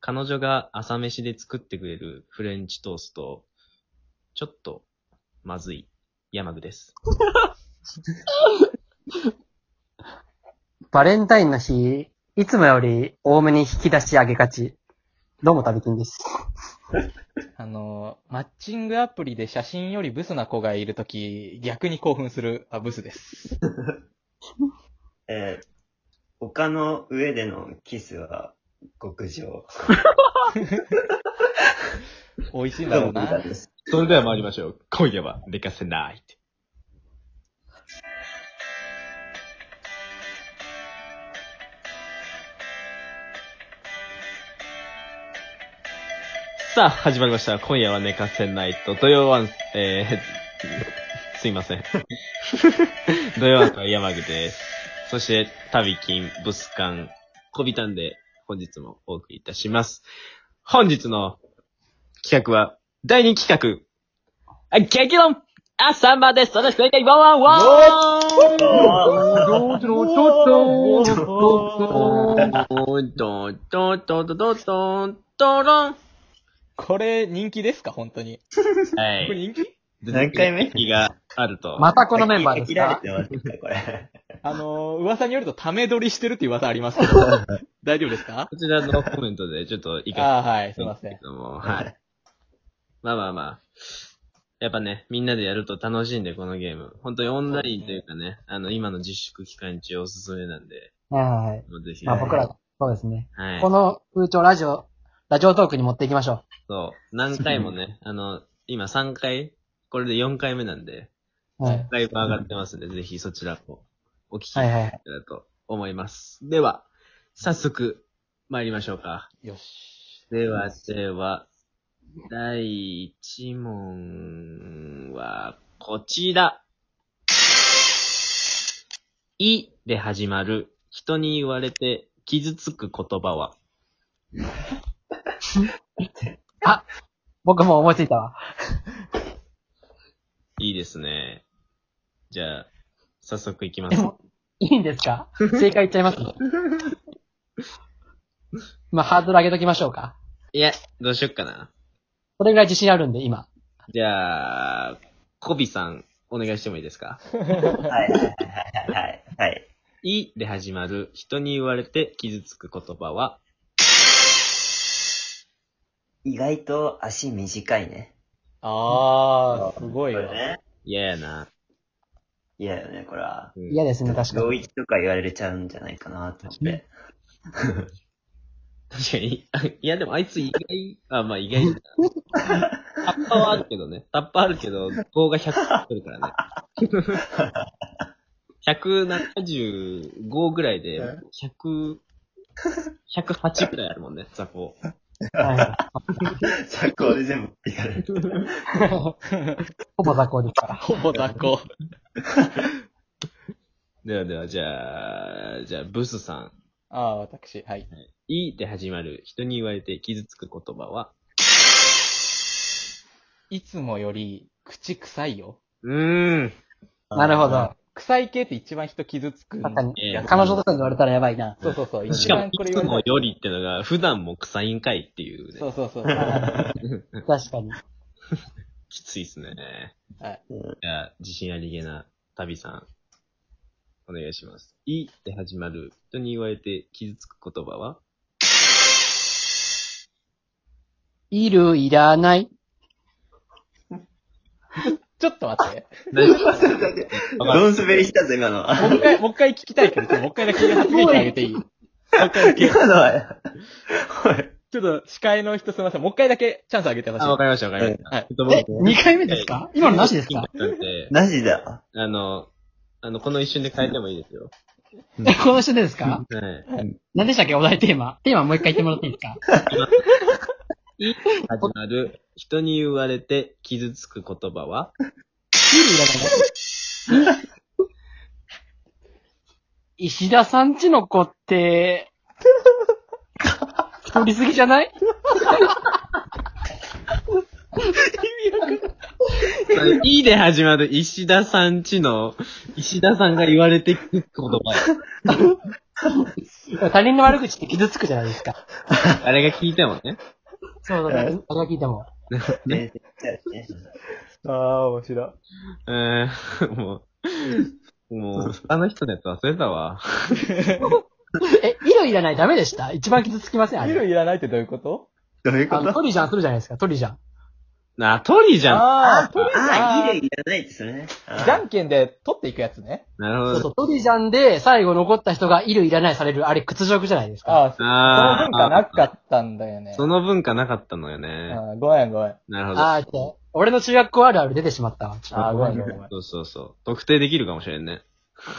彼女が朝飯で作ってくれるフレンチトースト、ちょっと、まずい、山具です。バレンタインの日、いつもより多めに引き出し上げがち。どうも、旅金です。あの、マッチングアプリで写真よりブスな子がいるとき、逆に興奮する、あ、ブスです。えー丘の上でのキスは極上。美味しいんだどろうも、うブダな。です。それでは参りましょう。今夜は寝かせない。さあ、始まりました。今夜は寝かせないと、土曜ワン、えー、 すいません。土曜ワンは山口です。そして、旅金、ブスカン、コビタンで、本日もお送りいたします。本日の企画は、第2企画。あ、激論あ、サンバです。それ正解、ワンワンワンおーこれ人気ですか本当に。はこれい。人気何回目気があると。またこのメンバーです飽かきられてますね、これ。あの、噂によるとため撮りしてるっていう噂あります けど、大丈夫ですかこちらのコメントでちょっといかあーはい、すいませけん。ども、はい。まあまあまあ。やっぱね、みんなでやると楽しいんで、このゲーム。本当にオンラインというかね、あの、今の自粛期間中おすすめなんで、はいはいはい。もうぜひ。まあはい僕ら、そうですね。はいこ。の風潮ラジオ、ラジオトークに持っていきましょそう。何回もね、あの、今3回、これで4回目なんで、う。はい。だいぶ上がってますんで、ぜひそちらもお聞きいたはいだはいはい。けたらと思います。では、早速、参りましょうか。よし。では、では、第1問は、こちら。いで始まる、人に言われて傷つく言葉は、僕もう思いついたわ。いいですね。じゃあ、早速いきま。ですも、いいんです か正解いっちゃいますまあ、ハードル上げときましょうか。いや、どうしよっかな。それぐらい自信あるんで、今。じゃあ、コビさん、お願いしてもいいですかはい、はい、はい、はいはい。いで始まる、人に言われて傷つく言葉は、意外と足短いね。あー、すごいこれよ。ね。嫌やな。嫌だよね、これは。うん嫌ですね、確か同に。一とか言われちゃうんじゃないかなと思って。確かに。 あいや、でもあいつ意外、あ、まあ意外だな。タッパーはあるけどね。タッパーあるけど、棒が100個ってるからね。175ぐらいで、100、108ぐらいあるもんね、雑魚。はいはい雑魚で全部言われる。ほぼ雑魚です から。ほぼ雑 魚。ではでは、じゃあ、じゃあ、ブスさん。ああ、私、はい。いで始まる、人に言われて傷つく言葉は、いつもより、口臭いよ。うーん。なるほど。臭い系って一番人傷つくん確かにやつ彼女とかに言われたらやばいな。そうそうそう。し一かも番、これい言つわもれよりってのが、普段も臭いんかいっていうたそね。うそうそう。は確かに。きついっすね。い。じゃあ、自信ありげな旅さん、お願いします。いって始まる人に言われて傷つく言葉はいる、いらない。ちょっと待って。大丈夫ドン滑りしたぞ、今の。もう一回、もう一回聞きたいけど、ちょっともう一回だけ発言してあげていいもう一回だけ。今のは、おいちょっと、司会の人すみません。もう一回だけチャンスあげてほしい。あ、わかりました、わかりました。はいちょっとえ、僕2回目ですか今のなしですかなんで、なしだ。あの、あの、この一瞬で変えてもいいですよ。え、この人ですかはい。何でしたっけお題テーマ。テーマもう一回言ってもらっていいですかいって始まる人に言われて傷つく言葉はいる、いら ない。石田さんちの子って、太りすぎじゃないあのいで始まる石田さんちの、石田さんが言われて傷つく言葉。他人の悪口って傷つくじゃないですか。誰が聞いてもね。そうだね。誰が聞いても。伝説だよね。ああ、面白い。えー、 もう、もう、他の人のやつ忘れたわ。え、色いらないダメでした一番傷つきませんあ色れ。いらないってどういうことどういうこあの、トとリジャンするじゃないですか、トリジャン。なあ、トリじゃん。ああ、とりあああ、えいいでいらないですね。ず、じゃあんけんで取っていくやつね。なるほそど。うそう、トリジャンで最後残った人がいるいらないされる、あれ屈辱じゃないですか。ああ、そあーの文化なかったんだよね。その文化なかったのよね。あーごめんごめん。なるほど。あーって、俺の中学校あるある出てしまったわ。ちょっあーとごめんごめんごめん。そうそうそう。特定できるかもしれんね。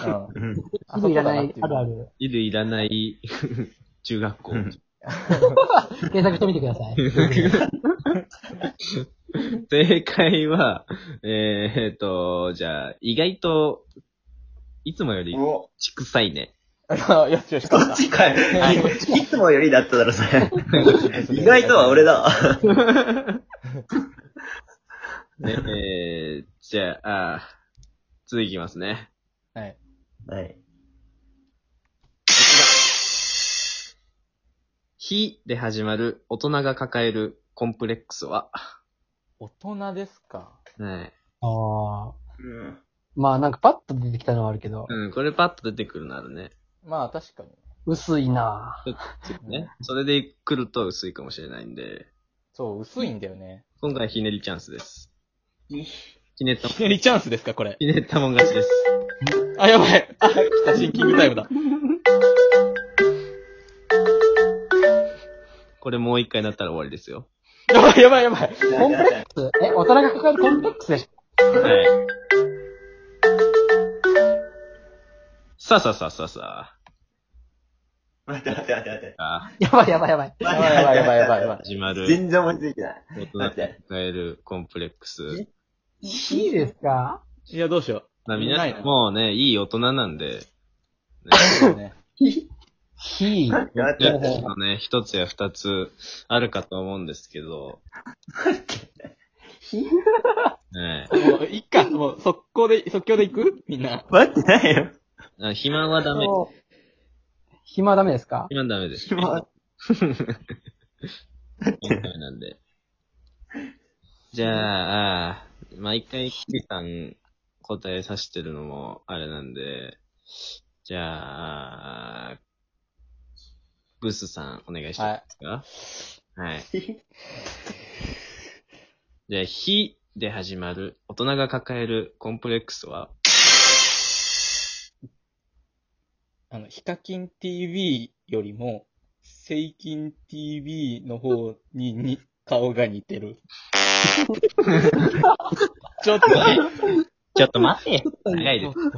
うんうん。あいるそこいらだななっいていうあるある。いるいらない、 中学校。うん検索してみてください。 正解は、えー、っと、じゃあ、意外と、いつもより、お、ちくさいね。あよしよし、こっちかい。いつもよりだっただろ、それ。意外とは俺だわ。ねえー、じゃあ、あー続きますね。はい。はい。非で始まる大人が抱えるコンプレックスは、大人ですか。はい。ああ。うん。まあなんかパッと出てきたのはあるけど、うん、これパッと出てくるのあるね。まあ確かに。薄いなね。それで来ると薄いかもしれないんで、そう、薄いんだよ ね。今回ひねりチャンスです。いいひねった、ひひねりチャンスですか、これ。ねったもん勝ちです。あ、やばい。 あ、来た、シンキングタイムだ。これもう一回なったら終わりですよ。やばい、やばい、やばい。コンプレックス。え、大人が抱えるコンプレックスでしょ はい。さあさあさあさあさ待って待って待って待って。あ。あやばいやばいやばい。やばい、やばい、やばい、やばいやばい。始まる。全然思いついてない。大人が抱えるコンプレックス。いいですかいや、どうしよまあない皆なさん、もうね、いい大人なんで、う。ねひー。待ってや待っつて。のね、一つや二つあるかと思うんですけど、ねもう、一回、もう、速攻で、即興で行くみんな。待ってないよ。え、あ肥満はダメ。暇ダメですか肥満ダメです。 今、今回なんで。じゃあ、あーまあ、一回、キキさん答えさせてるのもあれなんで、じゃあ、グスさんお願いしていいですか はい。じゃあ、ひで始まる大人が抱えるコンプレックスは、あの、ヒカキン TV よりも、セイキン TV の方に、に、顔が似て る。ちょっと、ちょっと待て早いちょでっと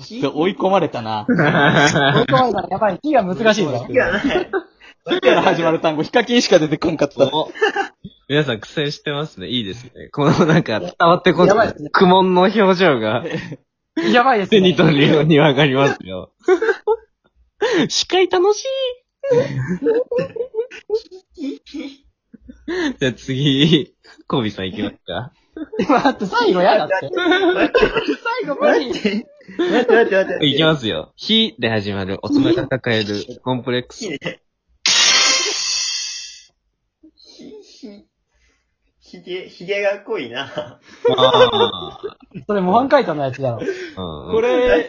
ちょっと追い込まれたな。本当は今やばい。ひーは難しいぞ。いやない。だから始まる単語、ヒカキンしか出てこんかっす。た。お 皆さん苦戦してますね。いいですね。このなんか伝わってこやばないいですね苦悶の表情が。やばいです手にね。取るようにわかりますよ。司会楽しいじゃあ次、コビさん行きますか。待って、最後やだって。待って最後無理。待って待って待って。行きますよ。ひで始まる大人が抱え るコンプレックス。ひ、ひ、ひげ、ひげが濃いな。 あそれ模範解答のやつだろ。ーうんうんこれ、いい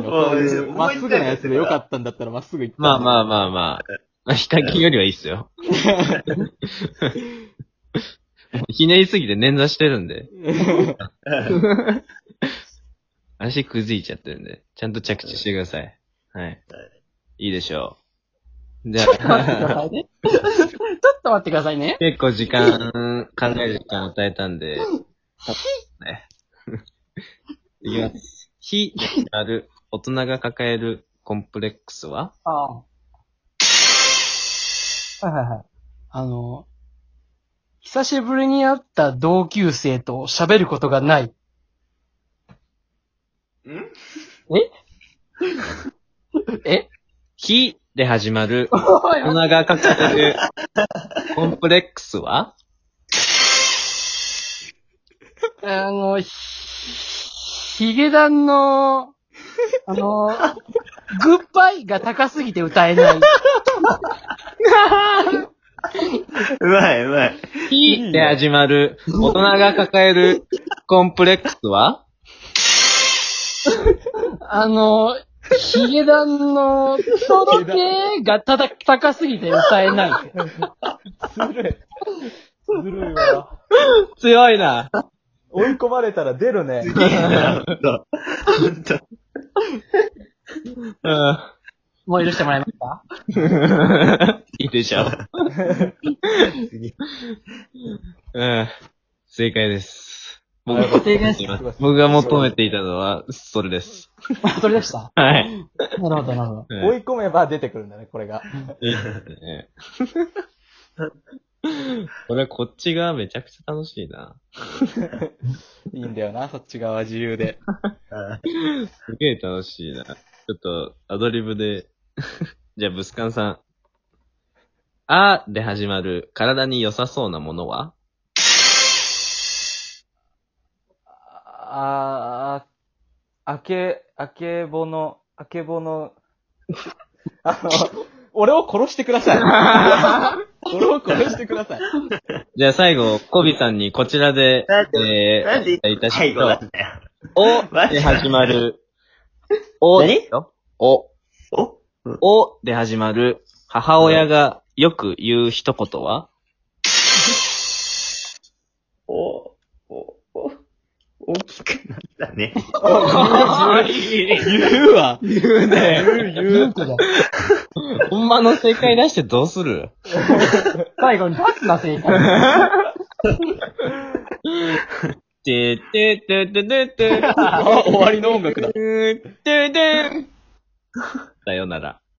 のこういうおいまっすぐなやつでよかったんだったらまっすぐ行った。まあまあまあまあ。まあ、ヒカキンよりはいいっすよ。 ひねりすぎて捻挫してるん で。足くずいちゃってるんで。ちゃんと着地してください。はい。いいでしょう。じゃあ。待ってくださいね。ちょっと待ってくださいね。結構時間、考える時間与えたんで。ね。いきます。非ある大人が抱えるコンプレックスはああ。はいはいはい。あの、久しぶりに会った同級生と喋ることがない。んえ非で始まるおい大人が抱えるコンプレックスはあの、ひヒゲダンのあ のー、グッバイが高すぎて歌えない。うまい、うま い。いいで始まる、大人が抱えるコンプレックスはあのー、ヒゲダンの届けがただ高すぎて歌えない。ずるい。ずるいわ。強いな。追い込まれたら出るね。ほんとうん。もう許してもらえますかいいでしょう。うん。正解です。僕が正解です僕が求めていたのは、それです。あそれでした。はい。なるほど、なるほど。うん追い込めば出てくるんだね、これが。いいですね。これはこっちがめちゃくちゃ楽しいな。いいんだよな、そっち側は自由で。あすげえ楽しいな。ちょっと、アドリブで。 じゃあ、ブスカンさん。あーで始まる体に良さそうなものはああ、あけ、あけぼの、あけぼの、あの、俺を殺してくださ い。俺を殺してください。じゃあ最後、コビさんにこちらで、なんでえなんでいたしま最し後ょなうんだよ。おマジで始まる。お何ですよお。おおで始まる。母親がよく言う一言はお、お、お、大きくなったね。言うわ。言うね。 言うとじゃん ほんまの正解出してどうする最後にバツな正解。てててててて。あ、終わりの音楽だ。てて。さよなら。